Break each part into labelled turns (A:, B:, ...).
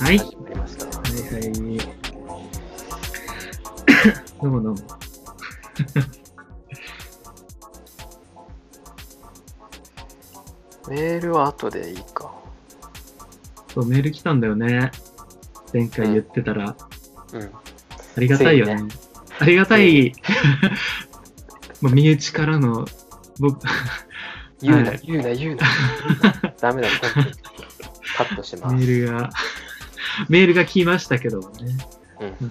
A: はい。は
B: 始まりました。
A: いはい。どうもどうも。
B: メールは後でいいか。
A: そう、メール来たんだよね。前回言ってたら。あ
B: うん。
A: りがたいよね。
B: つい
A: ありがたい。 もう身内からの、僕、
B: 言うな、
A: はい
B: 言うな、言 うな。ダメだ、今度カットしま
A: メ
B: す。
A: ールが、メールが来ましたけどもね。
B: うん
A: うん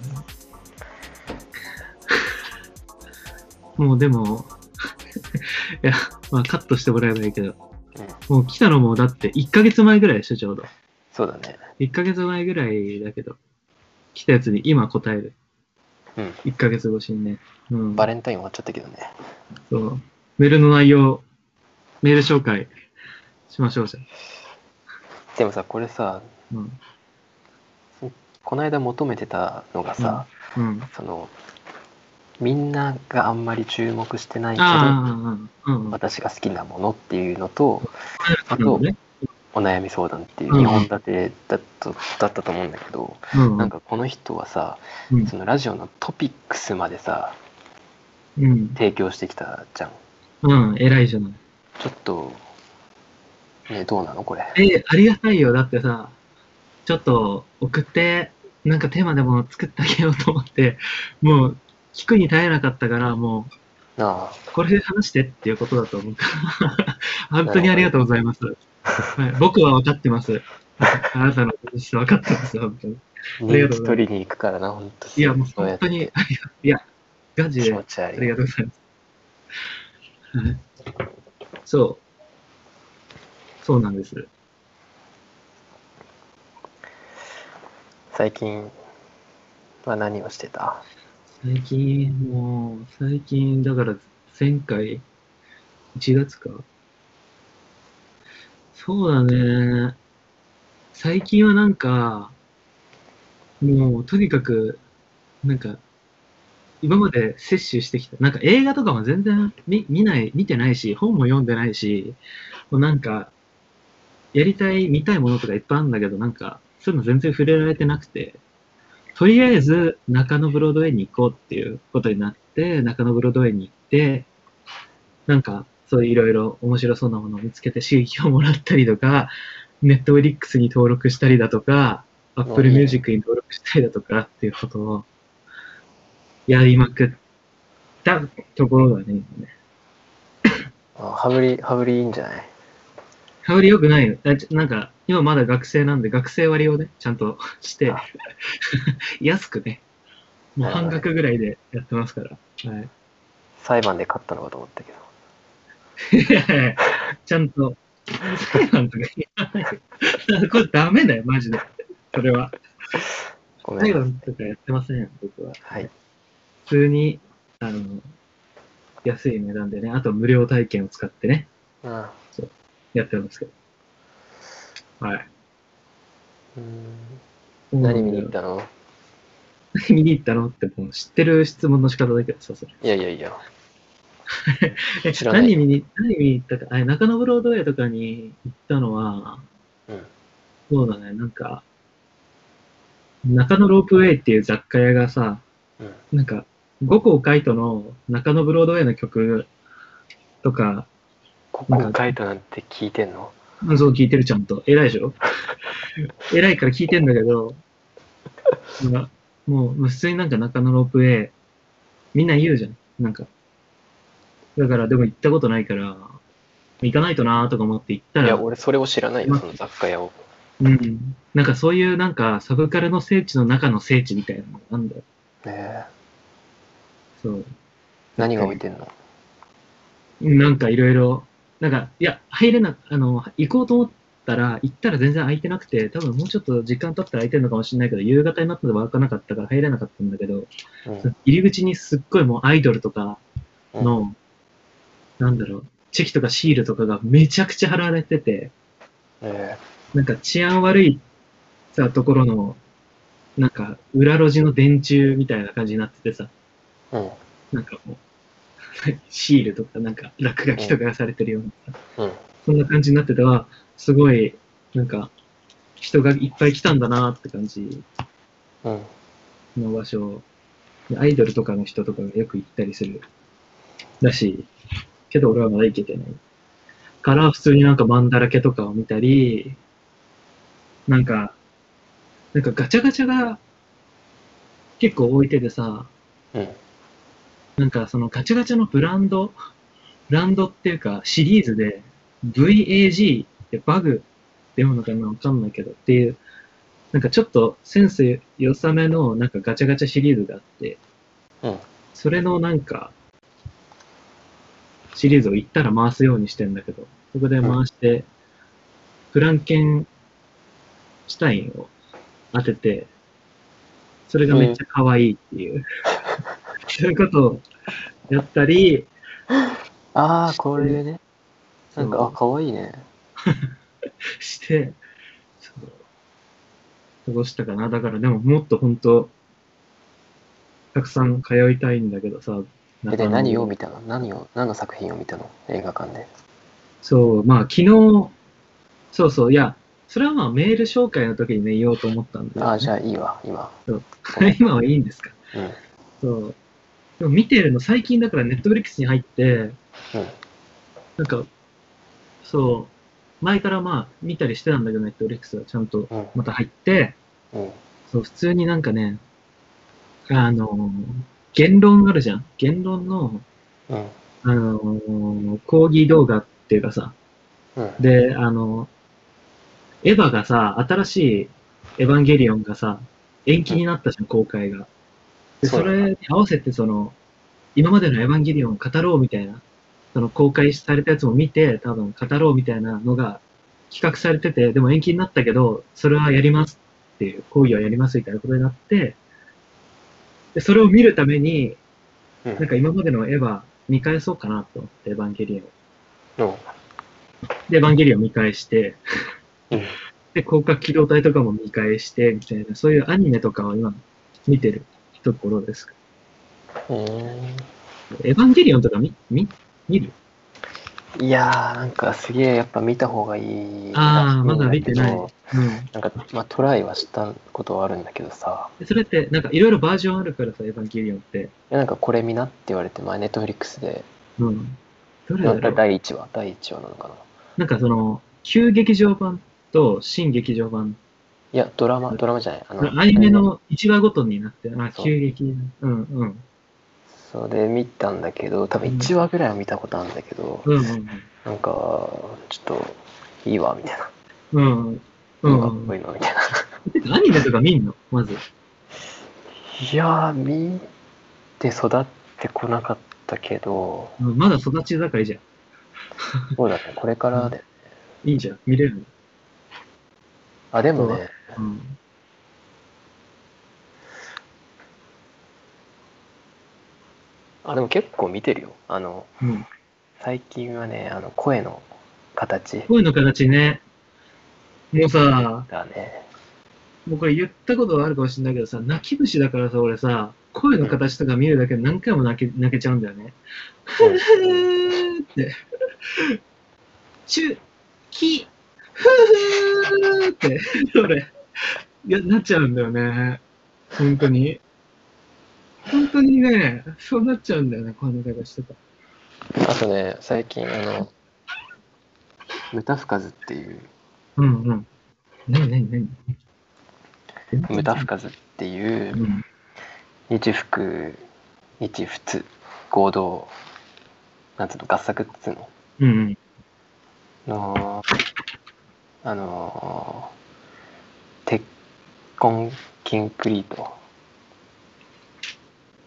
A: もうでも、 いや、まあカットしてもらえばいいけど、もう来たのもだって1ヶ月前ぐらいでしょ、ちょうど。
B: そうだね。
A: 1ヶ月前ぐらいだけど、来たやつに今答える。
B: うん
A: 1ヶ月越しにね。うん。
B: バレンタイン終わっちゃったけどね。
A: そう。メールの内容、メール紹介しましょうじゃ
B: でもさ、これさ、
A: あうん。
B: この間求めてたのがさ、
A: うん。
B: その、みんながあんまり注目してないけど、
A: ああ、うん。うん。
B: 私が好きなものっていうのと、
A: な
B: あ
A: るほど、
B: と
A: ね。
B: お悩み相談っていう
A: うん
B: 2本立てだっただったと思うんだけど、
A: うん。
B: なんかこの人はさ、
A: うん
B: そのラジオのトピックスまでさ、
A: うん。
B: 提供してきたじゃん。
A: うん。偉いじゃない。
B: ちょっと、ね、どうなのこれ。
A: え、ありがたいよ。だってさ、ちょっと送って、なんかテーマでも作ってあげようと思って、もう聞くに耐えなかったから、も
B: なあ、
A: うこれで話してっていうことだと思う から、本当にありがとうございます。はい、僕は分かってます。あなたのことして分かってます、本当に。
B: 人
A: ありがとうござい
B: 気
A: ます
B: 取りに行くからな、本当
A: いや、もう
B: そう
A: 本
B: やって
A: 当に、ありが いや、ガチ
B: 気
A: で
B: 持ち
A: あり
B: 悪い
A: が。とうございます。はい。そう。そうなんです。
B: 最近は何をしてた
A: 最近、もう、最近、だから、前回、1月か。そうだね。最近はなんか、もう、とにかく、なんか、今まで摂取してきた。なんか映画とかも全然見見ない、見てないし、本も読んでないし、もうなんか、やりたい、見たいものとかいっぱいあるんだけど、なんか、そういうの全然触れられてなくて、とりあえず中野ブロードウェイに行こうっていうことになって、中野ブロードウェイに行って、なんか、そういういろいろ面白そうなものを見つけて刺激をもらったりとか、ネットフリックスに登録したりだとか、アップルミュージックに登録したりだとかっていうことをやりまくったところだね。今ね
B: あ羽振り、羽振りいいんじゃない
A: 羽振り良くないよ。あちょなんか、今まだ学生なんで、学生割をね、ちゃんとして
B: あ、
A: 安くね、もう半額ぐらいでやってますから。はい。
B: 裁判で勝ったのかと思ったけど。
A: いやいやちゃんと、 裁判とか言わないよ。これダメだよ、マジで。それは。
B: ごめ
A: 裁
B: ん。
A: 判とかやってません、僕は。
B: はい。
A: 普通に、あの、安い値段でね、あと無料体験を使ってね、
B: うん。
A: やってますけど。はい。
B: うん何見に行ったの
A: 何見に行ったのって、もう知ってる質問の仕方だけどさ、それ。
B: いやいやいや。
A: え
B: 知らない
A: 何見に何見に行ったか、あれ、中野ブロードウェイとかに行ったのは、
B: うん。
A: そうだね、なんか、中野ロープウェイっていう雑貨屋がさ、
B: うん。
A: なんか、五校海斗の中野ブロードウェイの曲とか、
B: ここ書いたなんて聞いてんの
A: うんそう聞いてるちゃんと。偉いでし ょ偉いから聞いてんだけど、なんかもう、もう普通になんか中野ロープウェイ、みんな言うじゃん。なんか。だから、でも行ったことないから、行かないとなーとか思って行った
B: い
A: ら、
B: や、俺それを知らないよ、その雑貨屋を。
A: うん。なんかそういうなんかサブカルの聖地の中の聖地みたいなのなんだよ。
B: ねえ。
A: そう。
B: 何が置いてんの
A: なんかいろいろ、なんか、いや、入れな、あの、行こうと思ったら、行ったら全然空いてなくて、多分もうちょっと時間経ったら空いてるのかもしれないけど、夕方になったら開かなかったから入れなかったんだけど、
B: うん
A: 入り口にすっごいもうアイドルとか
B: うん。
A: の、なんだろう、チェキとかシールとかがめちゃくちゃ貼られてて、
B: え
A: なんか治安悪いさ、ところの、なんか裏路地の電柱みたいな感じになっててさ、
B: えうん。
A: なんかもう、シールとかなんか落書きとかがされてるような。
B: うん。
A: そんな感じになってたら、すごい、なんか、人がいっぱい来たんだなって感じ
B: うん。
A: の場所でアイドルとかの人とかがよく行ったりするらしい。けど俺はまだ行けてない。から普通になんかマンだらけとかを見たり、なんか、なんかガチャガチャが結構置いててさ、
B: うん。
A: なんかそのガチャガチャのブランド、ブランドっていうかシリーズで VAG ってバグって読むのかなわかんないけどっていう、なんかちょっとセンス良さめのなんかガチャガチャシリーズがあって、
B: うん。
A: それのなんかシリーズを行ったら回すようにしてんだけど、そこで回して、フランケンシュタインを当てて、それがめっちゃ可愛いっていう、そういうことをやったり、
B: ああ、これね。なんか、
A: そ
B: あ、
A: う
B: かわいいね。
A: して、そう、過ごしたかな。だからでももっと本当、たくさん通いたいんだけどさ。
B: え、で、何を
A: 見
B: 見たの何を、何の作品を見たの映画館で。
A: そう、まあ昨日、そうそう、いや、それはまあメール紹介の時にね、言おうと思ったんだけど
B: ああ、じゃあいいわ、今。
A: 今はいいんですか
B: うん。
A: そう。でも見てるの、最近だからネットフリックスに入って、
B: うん。
A: なんか、そう、前からまあ見たりしてたんだけど、ネットフリックスはちゃんと
B: うん。
A: また入って、
B: うん。
A: そう、普通になんかね、あのー、言論あるじゃん。言論の、
B: うん。
A: あのー、講義動画っていうかさ、
B: うん。
A: で、あのー、エヴァがさ、新しいエヴァンゲリオンがさ、延期になったじゃん、公開が。で、
B: そう
A: そ
B: だ
A: れに合わせてその、今までのエヴァンゲリオンを語ろうみたいな、その公開されたやつも見て、多分語ろうみたいなのが企画されてて、でも延期になったけど、それはやりますっていう、講義はやりますみたいなことになって、で、それを見るために、
B: う
A: なん
B: ん。
A: か今までのエヴァ見返そうかなと思って、エヴァンゲリオン。
B: うん。
A: で、エヴァンゲリオン見返して、
B: うん
A: で、広角機動隊とかも見返して、みたいな、そういうアニメとかを今見てるところです。
B: え
A: エヴァンゲリオンとか見、見、見る
B: ーいやー、なんかすげえやっぱ見た方がいい。
A: あーまだ見てない
B: んだ
A: うん。
B: けど。なんか、まあトライはしたことはあるんだけどさ。
A: でそれって、なんかいろいろバージョンあるからさ、エヴァンゲリオンって。
B: いやなんかこれ見なって言われて、まあネットフリックスで、
A: うん。どれ
B: な
A: だ
B: んか
A: ろう
B: 第1話、第1話なのかな。
A: なんかその、旧劇場版と新劇場版。
B: いや、ドラマ、ドラマじゃない。あの、
A: アニメの1話ごとになって、あ、
B: そう
A: 旧劇。うんうん。
B: それ見たんだけど、多分
A: うん
B: 1話ぐらいは見たことあるんだけど、
A: うんうん
B: なんか、ちょっと、いいわ、みたいな。
A: うん。うんう
B: なんか
A: ん
B: こ
A: う
B: ういうの、みたいな。
A: ん。アニメとか見んのまず。
B: いやー、見て育ってこなかったけど、
A: うんまだ育ち盛りじゃん。
B: そうだね、これからで。
A: いいじゃん。見れるの。
B: あ、でもね、
A: うん。
B: あ、でも結構見てるよ。あの、
A: うん。
B: 最近はね、あの、声の形
A: 声の形ね。もうさ、
B: だね。
A: もうこれ言ったことはあるかもしれないけどさ、泣き虫だからさ、俺さ、声の形とか見るだけで何回も泣け泣けちゃうんだよね。ふ
B: うん
A: ーって。ちゅ、き、ふーって、俺、いや、なっちゃうんだよね。本当に。本当にね、そうなっちゃうんだよね、声の形とか。
B: あとね、最近、あの、ムタフカズっていう、
A: うんうん。なになになに
B: ムタフカズっていう
A: う、ん。
B: 日服日仏合同なんつうの合作っつうの
A: うんうん。
B: のあのー鉄痕キンクリート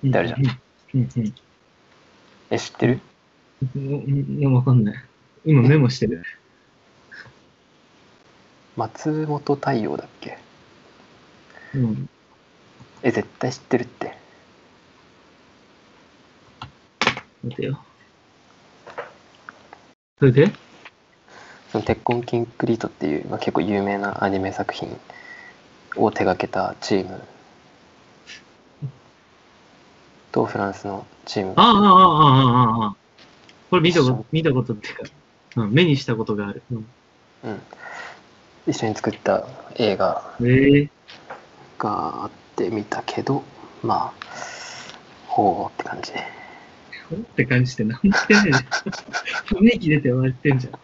B: 誰じゃん
A: うんうん。
B: え知ってる
A: うんいや、わかんない。今メモしてる。
B: 松本太陽だっけ
A: うん。
B: え絶対知ってるって
A: 待てよ。それで
B: その鉄痕キンクリートっていう、まあ、結構有名なアニメ作品を手掛けたチームとフランスのチーム
A: ああ、ああ、ああ、ああ、ああ。これ見たこと、見たことっていうか、うん、目にしたことがある。うん。
B: うん一緒に作った映画
A: えー、
B: があって見たけどまあほうって感じ
A: こうって感じして何もしてないじゃん。ため息出て終わってんじゃん。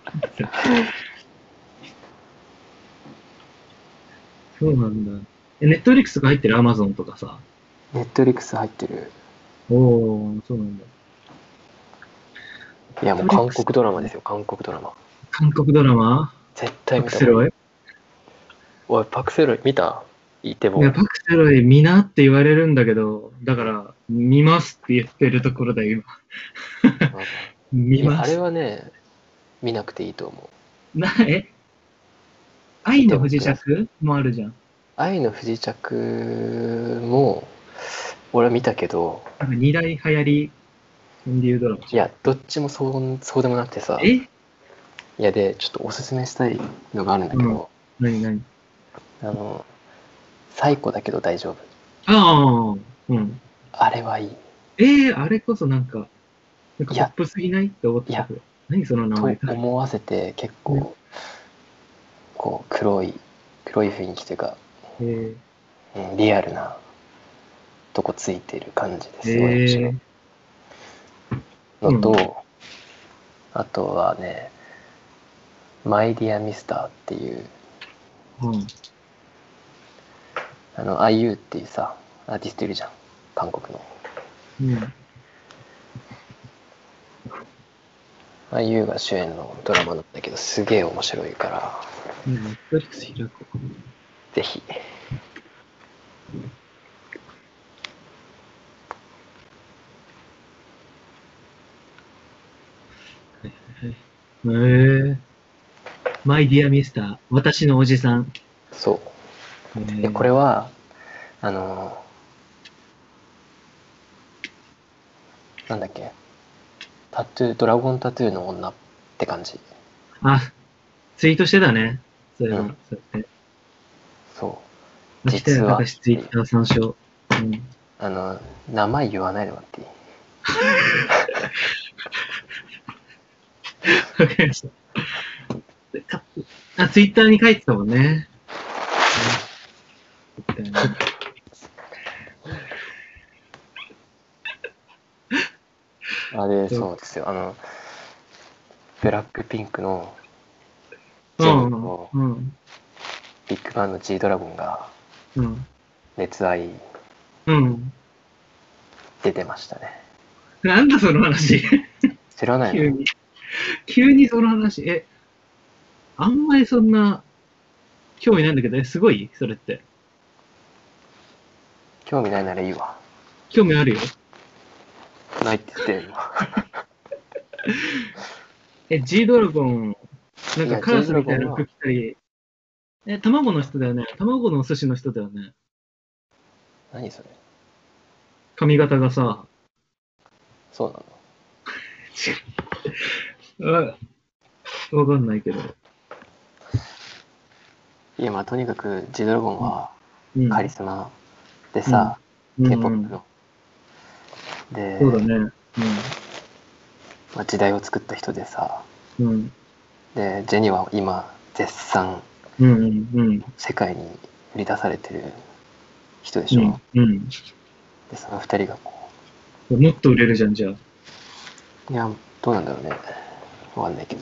A: そうなんだ。え、ネットフリックスが入ってるアマゾンとかさ。
B: ネットリックス入ってる
A: おお、そうなんだ。
B: いやもう韓国ドラマですよ韓国ドラマ
A: 韓国ドラマ
B: 絶対
A: パ
B: 見
A: ク
B: た
A: セロイ
B: おいパクセロイ見たイテボ
A: いや、
B: ン
A: パクセロイ見なって言われるんだけど、だから、見ますって言ってるところだよ、今。見
B: いや
A: ま
B: あれ
A: す。
B: はね見なくていいと思う
A: な、え愛の不時着もあるじゃん。
B: 愛の不時着も俺は見たけど
A: なんか二大流行り、韓流ドラマ。
B: いやどっちもそうそうでもなくてさい
A: え
B: やでちょっとおすすめしたいのがあるんだけど、
A: 何何
B: あの最古だけど大丈夫
A: ああ、うん。
B: あれはいい
A: ええあれこそなんか、なんか
B: い
A: ポ
B: や
A: ップすぎないって思ってたけど。何その名
B: と
A: 前
B: 思わせて結構、
A: うん
B: こう黒い黒い雰囲気というか、
A: えー、
B: うんリアルなとこついてる感じですごい面
A: え
B: 白い
A: ー、
B: のと、
A: う
B: あとはね「マイ・ディア・ミスター」っていう
A: うん。
B: あの IU っていうさアーティストいるじゃん韓国の
A: うん。
B: IU が主演のドラマなんだけどすげえ面白いから
A: ネットリックス開こう。
B: ぜひ
A: ええマイディアミスター、私のおじさん。
B: そう
A: え
B: で
A: ー
B: これはあのーなんだっけタトゥードラゴンタトゥーの女って感じ
A: あ、ツイートしてたね。そういう
B: う
A: の
B: ん。
A: そうやって。
B: そう
A: 秋田
B: 実は
A: 隆ツイッター参照。うん。
B: あの名前言わないでもらっていい
A: わかりましたか。あ、ツイッターに書いてたもん ね。うんツイッターに
B: あれ
A: そう
B: そうですよあのブラックピンクのジェニーを
A: うん。うん。
B: ビッグバンの G ドラゴンが
A: うん。
B: 熱愛
A: うん。
B: 出てましたね
A: なんだその話。
B: 知らない
A: 急
B: の
A: に。急にその話。え、あんまりそんな興味ないんだけど、え、すごいそれって。
B: 興味ないならいいわ
A: 興味あるよ。
B: ないって言ってんの
A: え、G ドラゴン、なん
B: い
A: か
B: や
A: カラスみたい
B: G
A: な
B: ドラゴンは
A: 服着たり。え、卵の人だよね。卵のお寿司の人だよね。
B: 何それ
A: 髪型がさ。
B: そうなの
A: わわかんないけど。
B: いやまあとにかく G ドラゴンは
A: うん。
B: カリスマでさ、
A: うん
B: K-POP
A: うん
B: の、で、
A: そうだね。
B: まあ、時代を作った人でさ
A: うん。うん。
B: でジェニは今絶賛
A: うんうんうん。
B: 世界に売り出されてる人でしょ、
A: うん。
B: でその二人がこ
A: うん。もっと売れるじゃん、じゃあ。
B: ういやどうなんだろうねわかんないけど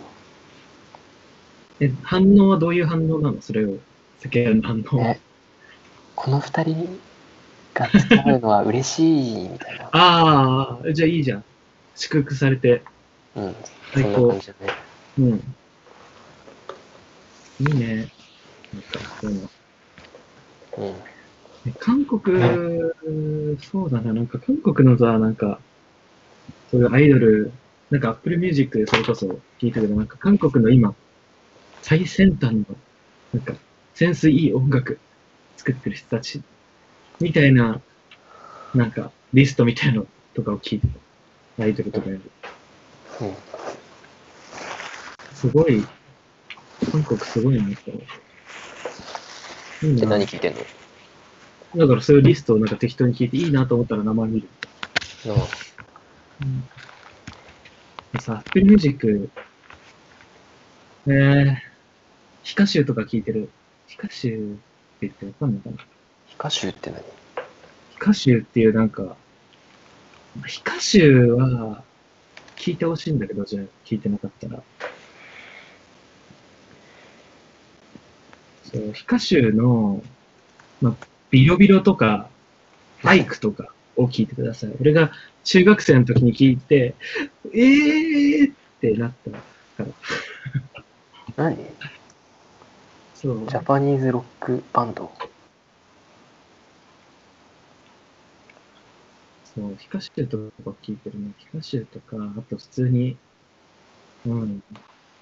A: え、反応はどういう反応なのそれを。世間の反応は。
B: えこの二人が付き合うのは嬉しいみたいな
A: ああ、じゃあいいじゃん。祝福されて。
B: うんそ
A: 最
B: ん
A: 高
B: な感じだね
A: うん。いいね。なんかそういうの
B: うん
A: え韓国、そうだな、なんか韓国のさ、なんか、そういうアイドル、なんか Apple Music でそれこそ聞いたけど、なんか韓国の今、最先端の、なんか、センスいい音楽作ってる人たち、みたいな、なんか、リストみたいのとかを聞いてた。アイドルとかやる。
B: うん
A: すごい、韓国すごいなと思う。いい
B: で
A: な
B: 何聞いてんの
A: だからそういうリストをなんか適当に聞いていいなと思ったら名前見る。
B: なあ
A: うん、さ、Apple Music、えー、ヒカシューとか聞いてる。ヒカシューって言ってわかんないかな。
B: ヒカシュって何
A: ヒカシューっていうなんか、ヒカシューは聞いてほしいんだけど、じゃあ聞いてなかったら。そう、ヒカシューの、まあ、ビロビロとか、バイクとかを聞いてください。俺が中学生の時に聞いて、えーってなったから。
B: 何
A: そう
B: ジ。ャパニーズロックバンド
A: そう、ヒカシューとか聞いてるね。ヒカシューとか、あと普通に、うん、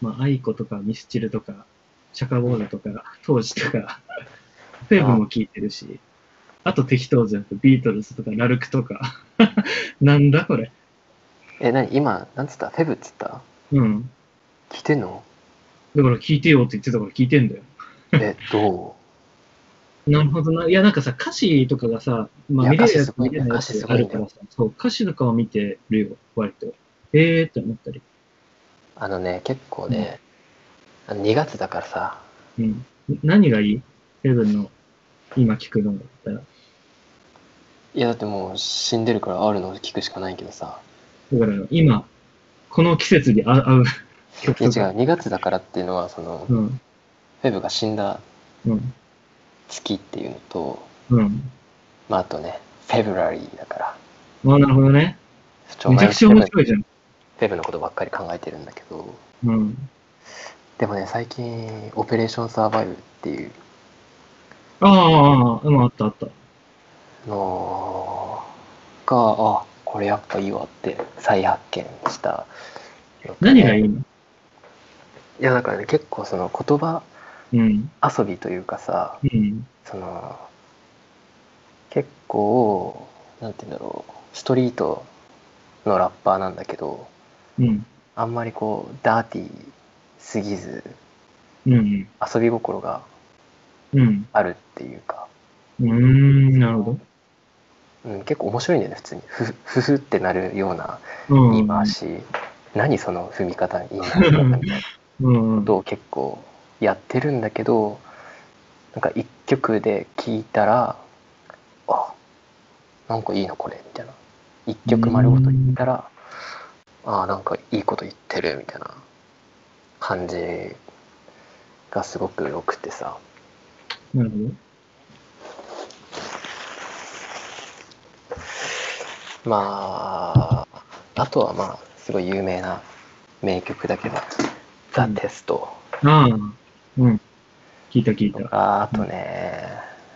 A: まあ、アイコとか、ミスチルとか、シャカボールとか、当時とか、フェーブも聞いてるし、あと適当じゃなくて、ビートルズとか、ラルクとか、 なんだこれ。
B: え、何今、なんつったフェブっつった
A: うん。
B: 聞いて んの
A: だから聞いてよって言ってたから聞いてんだよ。
B: え、ど
A: なるほどな。いや、なんかさ、歌詞とかがさ、まあ、
B: い
A: 見
B: や
A: れるやつ
B: 歌詞すご
A: 見
B: いね
A: れないやつ
B: 歌詞す
A: あ
B: ごいね
A: るからさ、そう、歌詞とかは見てるよ、割と。えーって思ったり。
B: うあのね、結構ね、あの2月だからさ、
A: うん。何がいいセブンの今聞くのだったら。
B: いやだってもう死んでるからあるのを聞くしかないけど さ、
A: だから今、この季節に合う合う曲
B: いや
A: と
B: 違う
A: か。、
B: 2月だからっていうのは、そ
A: う
B: の、フ
A: ん。
B: ェブが死んだ
A: うん。
B: 月っていうのと、
A: うん。
B: まああとね、フェブラリーだから、
A: ああ、なるほどね。
B: ち
A: めちゃくちゃ面白いじゃん。
B: フェブのことばっかり考えてるんだけど、
A: うん。
B: でもね、最近、オペレーションサーバイブっていう
A: ああああ、ああ、うんあったあった。
B: のが、あ、これやっぱいいわって再発見したのと
A: 何
B: ね、
A: がいいの
B: いやだからね結構その言葉
A: うん。
B: 遊びというかさ
A: うん。
B: その結構なんて言うんだろうストリートのラッパーなんだけど
A: うん。
B: あんまりこうダーティーすぎず
A: うん。
B: 遊び心が
A: うん。
B: あるっていうか、
A: うーん。なるほ
B: うん、結構面白いんだよね普通にふふふってなるような
A: ど。うん。
B: 言い回し、何その踏み方いいなみたいな
A: うん。
B: ことを結構やってるんだけどなんか一曲で聴いたらあなんかいいなこれみたいな一曲丸ごと言ったらあなんかいいこと言ってるみたいな感じがすごく良くてさ
A: なるほど。
B: まああとはまあすごい有名な名曲だけど「ザ・テスト
A: ああ。うん。聞いた聞い
B: と
A: た。
B: かあとね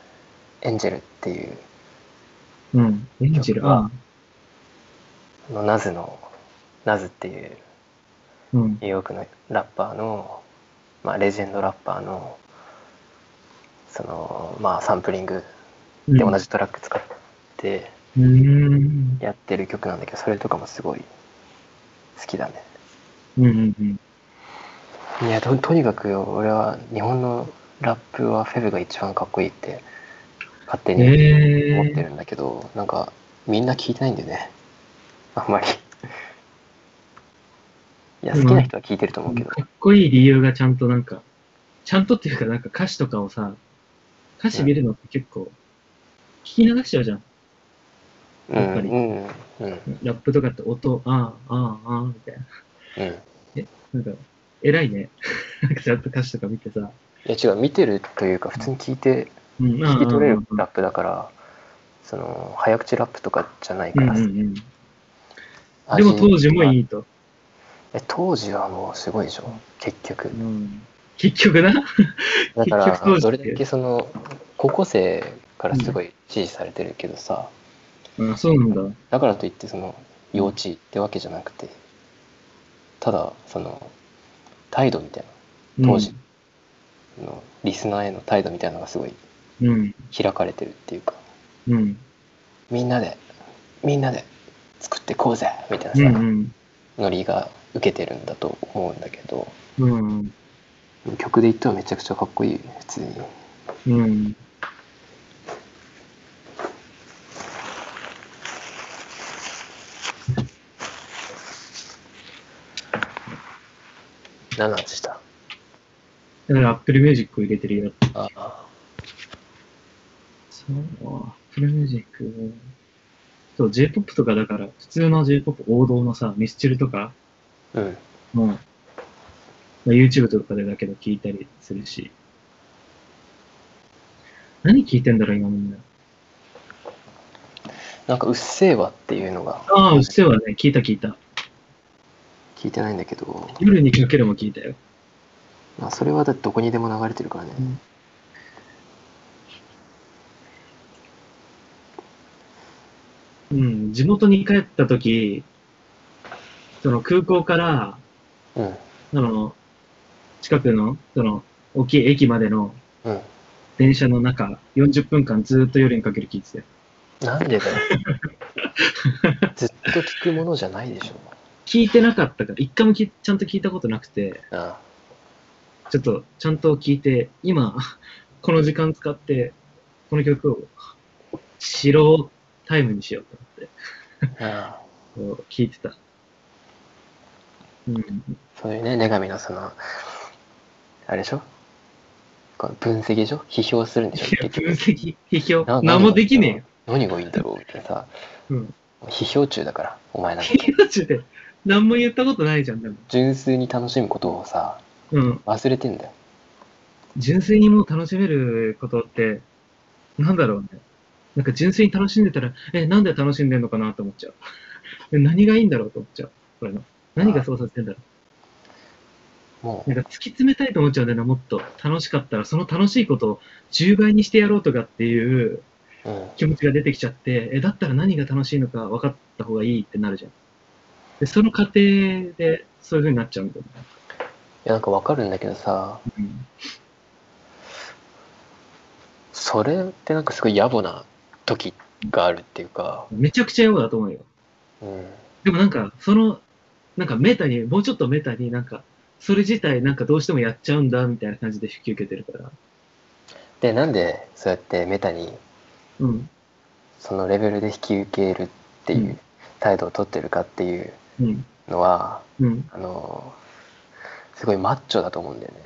B: 「エンジェル」っていう
A: うん。エンジェル。ああ。
B: あのナズのナズっていう
A: うん。
B: ニューヨークのラッパーの、まあ、レジェンドラッパーのそのまあサンプリングで同じトラック使って
A: うん。
B: やってる曲なんだけどそれとかもすごい好きだね
A: うんうんうん。
B: いやととにかく俺は日本のラップはフェブが一番かっこいいって勝手に
A: ええ
B: 思ってるんだけど、なんかみんな聞いてないんだよねあんまりいや好きな人は聞いてると思うけど、
A: かっこいい理由がちゃんとなんか、ちゃんとっていうかなんか歌詞とかをさ、歌詞見るのって結構、聞き流しちゃうじゃん。やっぱり
B: うんうんうん
A: ラップとかって音、ああ、ああ、ああ、みたいな。
B: うんい
A: なんか、偉いね。 なんかちゃんと歌詞とか見てさ、
B: や違う見てるというか普通に聞いて
A: うん、
B: 聞き取れるラ
A: か。
B: ップだからその早口ラップとかじゃないからら
A: うんう
B: さ
A: んうん。でも当時もい
B: い
A: いと。
B: 当時はもうすごいでしょ結局
A: うん、結局な。
B: だから
A: 結局当時
B: どれだけその高校生からすごい支持されてるけどさ
A: あそうなんだ。
B: だからといってその幼稚ってわけじゃなくてただその態度みたい
A: うん
B: 当時。なのリスナーへの態度みたいなのがすごい
A: うん。
B: 開かれてるっていうか
A: うん。
B: みんなでみんなで作ってこうぜみたいな
A: う
B: さ、
A: んうん。
B: ノリが受けてるんだと思うんだけど
A: うん。
B: 曲で言ってもめちゃくちゃかっこいい普通に
A: うん。
B: 何の話した
A: えだから Apple Music を入れてるよ。
B: ああ
A: そう、Apple Music。そう、J-POP とかだから、普通の J-POP 王道のさ、ミスチルとか、
B: うん
A: もう、まあ、YouTube とかでだけど聞いたりするし。何聞いてんだろう、今みんな。
B: なんか「うっせえわ」っていうのが
A: ああ、うっせぇわね、聞いた聞いた。
B: 聞いてないんだけど、
A: 夜にかけるも聞いたよ。
B: まあ、それはだってどこにでも流れてるからね、
A: うんうん、地元に帰った時、その空港から、
B: うん
A: その、近くの、その、大きい駅までの
B: うん
A: 電車の中、40分間ずーっと夜にかける聞いてたよ。
B: なんでだ よずっと聞くものじゃないでしょ
A: 聞いてなかったから、一回もきちゃんと聞いたことなくて、
B: あ
A: ちょっとちゃんと聞いて、今、この時間使って、この曲を、白タイムにしようと思って
B: あああ
A: こう、聞いてた。うん。
B: そういうね女神のそのあれでしょこう分析でしょ批評するんでしょ
A: いや分析、批
B: な
A: 評、何も
B: がい
A: で
B: いん
A: き
B: だろ
A: ね
B: う何がいいんだろうってさ、
A: うん
B: 批評中だからお前な んか
A: えよ。マジで、何も言ったことないじゃん、でも。
B: 純粋に楽しむことをさ
A: うん。
B: 忘れてんだよ
A: 純粋にもう楽しめることって、なんだろうね。なんか純粋に楽しんでたら、え、なんで楽しんでんのかなと思っちゃう。 え何がいいんだろうと思っちゃう。これの。何がそうさせてんだろ
B: も
A: う。なんか突き詰めたいと思っちゃうんだよね、もっと。楽しかったら、その楽しいことを10倍にしてやろうとかっていう
B: う、うん、
A: 気持ちが出てきちゃって、え、だったら何が楽しいのか分かった方がいいってなるじゃん。で、その過程でそういう風になっちゃうんだよね。
B: いやなんかわかるんだけどさ
A: うん
B: それってなんかすごい野暮な時があるっていうか、
A: めちゃくちゃようだと思うよ。
B: うん、
A: でもなんか、その、なんかメタに、もうちょっとメタになんか、それ自体なんかどうしてもやっちゃうんだみたいな感じで引き受けてるから。
B: でなんでそうやってメタに
A: うん。
B: そのレベルで引き受けるっていううん態度をとってるかっていう
A: うん。
B: のは
A: うん。
B: あのすごいマッチョだと思うんだよね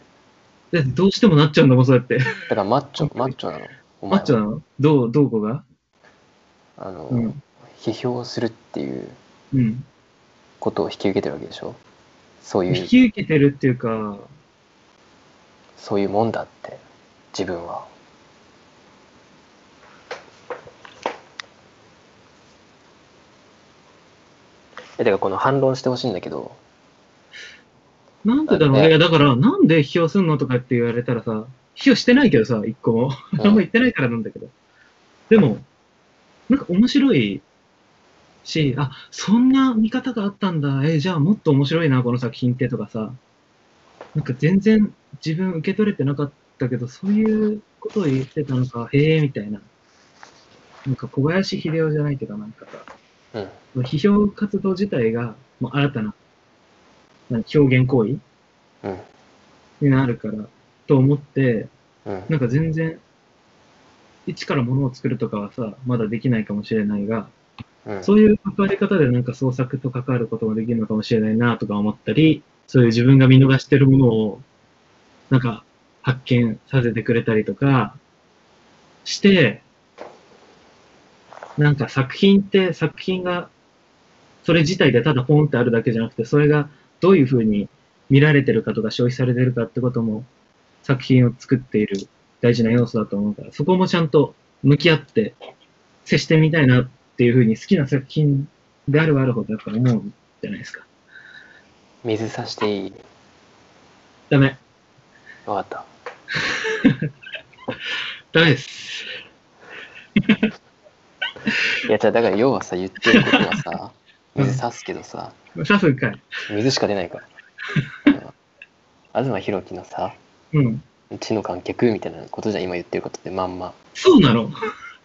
A: だってどうしてもなっちゃうんだもん、そうやって。
B: だからマッチョマッチョなのお前
A: マ
B: は
A: ッチョなのどう、どうこが
B: あの、
A: うん
B: 批評するっていう
A: うん。
B: ことを引き受けてるわけでしょそうい
A: 引
B: う
A: き受けてるっていうか、
B: そういうもんだって自分はえだからこの反論してほしいんだけど
A: なんでだろう
B: だって
A: ね。いや、だから、なんで批評すんのとかって言われたらさ、批評してないけどさ、一個も。
B: うん
A: あんま言ってないからなんだけど。でも、なんか面白いし、あ、そんな見方があったんだ。え、じゃあもっと面白いな、この作品ってとかさ。なんか全然自分受け取れてなかったけど、そういうことを言ってたのか、へえ、みたいな。なんか小林秀夫じゃないけど、なんかさ、
B: うん
A: 批評活動自体がもう新たななんか表現行為
B: うん
A: になるから、と思って、
B: うん
A: なんか全然、一から物を作るとかはさ、まだできないかもしれないが、
B: うん
A: そういう関わり方でなんか創作と関わることもできるのかもしれないなとか思ったり、そういう自分が見逃してるものを、なんか発見させてくれたりとかして、なんか作品って作品が、それ自体でただポンってあるだけじゃなくて、それがどういうふうに見られてるかとか消費されてるかってことも作品を作っている大事な要素だと思うから、そこもちゃんと向き合って接してみたいなっていうふうに好きな作品であればあるほどやっぱ思うんじゃないですか。
B: 水さしていい
A: ダメ。
B: わかった
A: ダメです。
B: いやじゃあだから要はさ言ってること はさ
A: うん
B: 水さすけどさ
A: さすがかい。
B: 水しか出ないから東博樹のさ
A: うん。
B: 「地の観客」みたいなことじゃん今言ってることってまんま
A: そうなの
B: い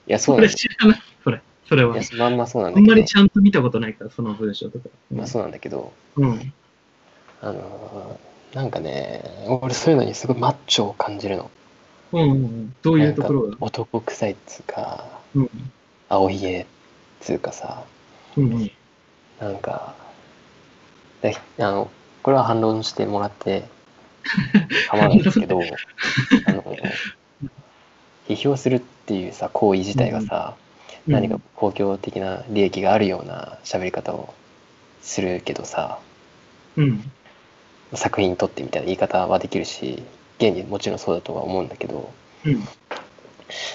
B: やそう
A: そ
B: なん
A: れ
B: だ
A: 知らない。それ。それはい
B: や。まんまそうな
A: あ
B: ん
A: んま
B: だ
A: り
B: けど
A: ちゃんと見たことないから、その文章とか。
B: まあそうなんだけど
A: うん。
B: あのーなんかね俺そういうのにすごいマッチョを感じるの
A: うんうんうん。どういうところ
B: なん
A: が
B: か。男臭いっつうか
A: うん。
B: 青ひげっつうかさ
A: うんうん。
B: なんかだあのこれは反論してもらって構わないんで すけどあの批評するっていうさ行為自体がさ、何か公共的な利益があるような喋り方をするけどさ
A: うん。
B: 作品にとってみたいな言い方はできるし現にもちろんそうだとは思うんだけど
A: うん。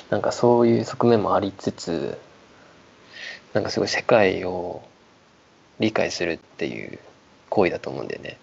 B: なんかそういう側面もありつつなんかすごい世界を理解するっていう行為だと思うんだよね。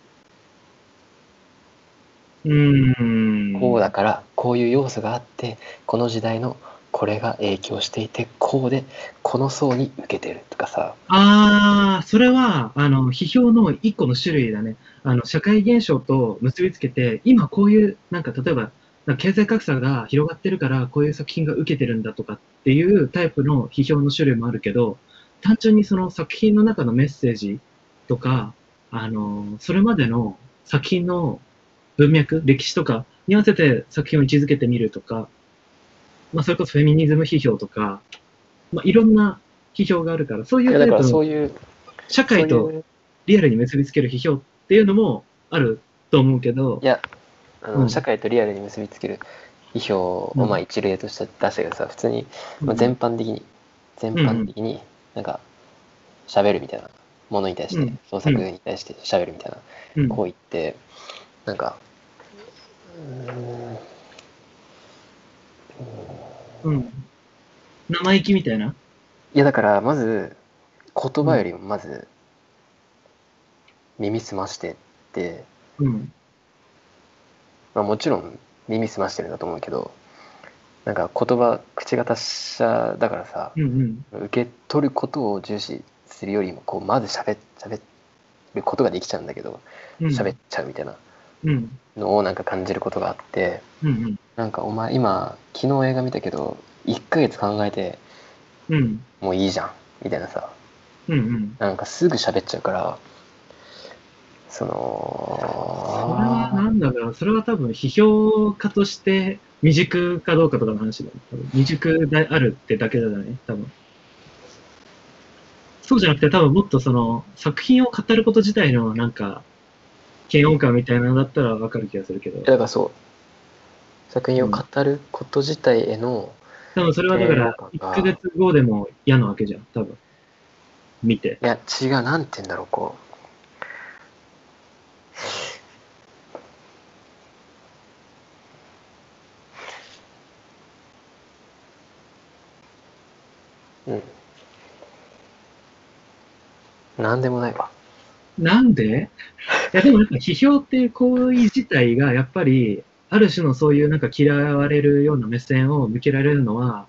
A: うん。
B: こうだからこういう要素があってこの時代のこれが影響していてこうでこの層に受けてるとかさ
A: ああ、それは、あの、批評の一個の種類だね。あの、社会現象と結びつけて、今こういう、なんか例えば、なんか経済格差が広がってるから、こういう作品が受けてるんだとかっていうタイプの批評の種類もあるけど、単純にその作品の中のメッセージとか、あの、それまでの作品の文脈、歴史とかに合わせて作品を位置づけてみるとか、まあ、それこそフェミニズム批評とか、まあ、いろんな批評があるから、そうい
B: いうや
A: タ
B: だ
A: イ
B: から
A: プ
B: そ
A: の
B: ういう
A: 社
B: そうい
A: 会と
B: う
A: リアルに結びつける批評っていうのもあると思うけど
B: い、やあの
A: うん
B: 社会とリアルに結びつける批評
A: う
B: を
A: ん
B: まあ一例として出したけどさ普通に、まあ、全般的に全般的になんか喋るみたいなものに対し
A: う
B: て
A: ん
B: 創作に対して喋るみたいな
A: うん
B: 行為ってなんかうーん
A: うん生意気みたいな。
B: いやだからまず言葉よりもまず耳澄ましてって、
A: うん。
B: まあ、もちろん耳澄ましてるんだと思うけどなんか言葉口が達者だからさ
A: うんうん。
B: 受け取ることを重視するよりもこうまずしゃべることができちゃうんだけど
A: うん。
B: 喋っちゃうみたいな
A: うん。
B: のをなんか感じることがあって
A: うん
B: なんかお前今昨日映画見たけど1ヶ月考えて
A: うん。うん。
B: もういいじゃんみたいなさ
A: うんうん。
B: なんかすぐ喋っちゃうから、
A: そ
B: そ
A: れはな
B: の、
A: んだろう、それは多分批評家として未熟かどうかとかの話だよ。多分未熟であるってだけじゃない多分。そうじゃなくて多分もっとその作品を語ること自体のなんか嫌悪感みたいなのだったらわかる気がするけど。
B: だからそう、作品を語ること自体への、
A: 多分それはだから
B: えー
A: 1ヶ月後でも嫌なわけじゃん、多分。見て。
B: いや、違う、なんて言うんだろう、こう。うん。なんでもないわ。
A: なんで いやでもなんか批評っていう行為自体がやっぱりある種のそういうなんか嫌われるような目線を向けられるのは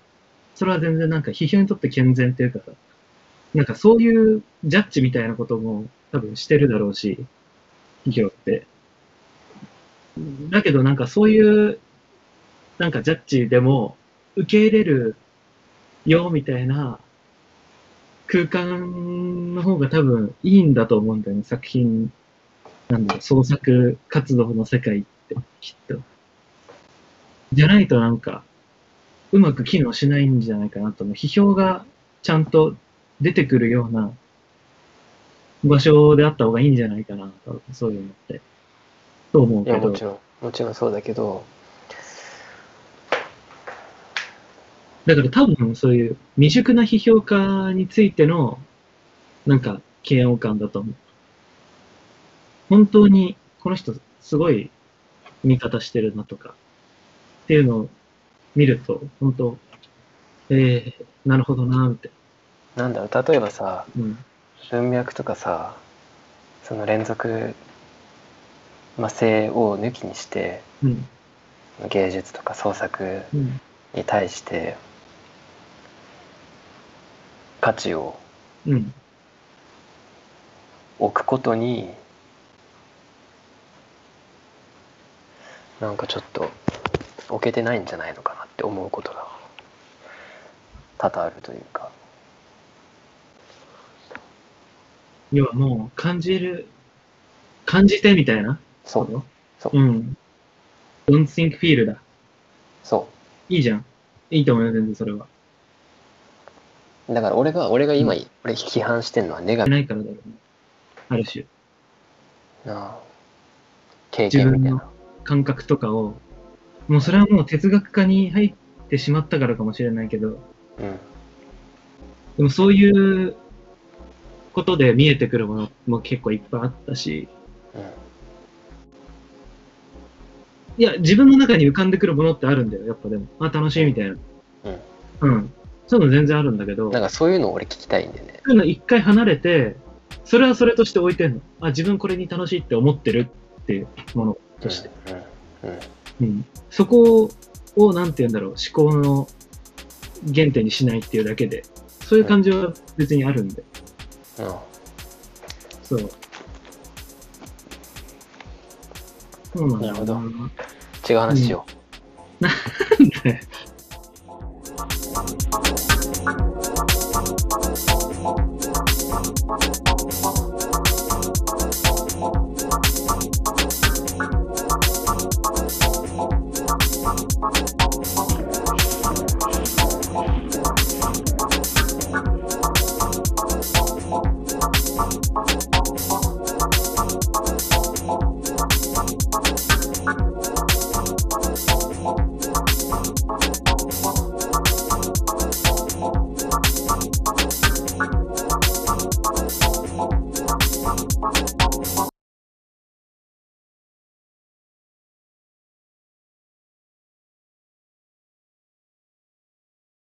A: それは全然なんか批評にとって健全っていうかさなんかそういうジャッジみたいなことも多分してるだろうし批評ってだけどなんかそういうなんかジャッジでも受け入れるよみたいな空間の方が多分いいんだと思うんだよね、作品、なんだろう、創作活動の世界って、きっと。じゃないとなんか、うまく機能しないんじゃないかなと思う。批評がちゃんと出てくるような場所であった方がいいんじゃないかな、多分そういうのって。と思う
B: い
A: け
B: やも
A: ど。
B: ちろんもちろんそうだけど
A: だから多分そういう未熟な批評家についてのなんか嫌悪感だと思う。本当にこの人すごい見方してるなとかっていうのを見ると本当、ええなるほどなみたい
B: なんだろう例えばさ
A: な。うん。
B: 文脈とかさその連続、まあ、性を抜きにして
A: うん。
B: 芸術とか創作
A: うん。
B: に対して価値を
A: うん。
B: 置くことになんかちょっと置けてないんじゃないのかなって思うことが多々あるというか。
A: 要はもう感じる、感じてみたいな
B: そ
A: こ
B: う
A: と
B: そう
A: うん。don't think feel だ。
B: そう
A: いいじゃん。いいと思うよ、全然それは。
B: だから俺が俺が今、
A: う
B: 俺批判してるのはネ
A: や
B: ガ
A: って
B: テ
A: な
B: ィ
A: いからだよね。ある種。
B: ブな経験みたい
A: 自分
B: な
A: 感覚とかを、もうそれはもう哲学科に入ってしまったからかもしれないけど、
B: うん
A: でもそういうことで見えてくるものも結構いっぱいあったし、
B: うん
A: いや、自分の中に浮かんでくるものってあるんだよ、やっぱでも。あ、楽しいみたいな。うん。そういうの全然あるんだけど、
B: な
A: そ
B: んかそういうの俺聞きたいんでね
A: ういうの一回離れて、それはそれとして置いてんの。あ、自分これに楽しいって思ってるっていうものとして。
B: うんうん
A: うん。そこを、なんて言うんだろう、思考の原点にしないっていうだけで、そういう感じは別にあるんで。
B: うんうん
A: そう。そうなんだよ
B: なるほ違う話しよ
A: なんだよ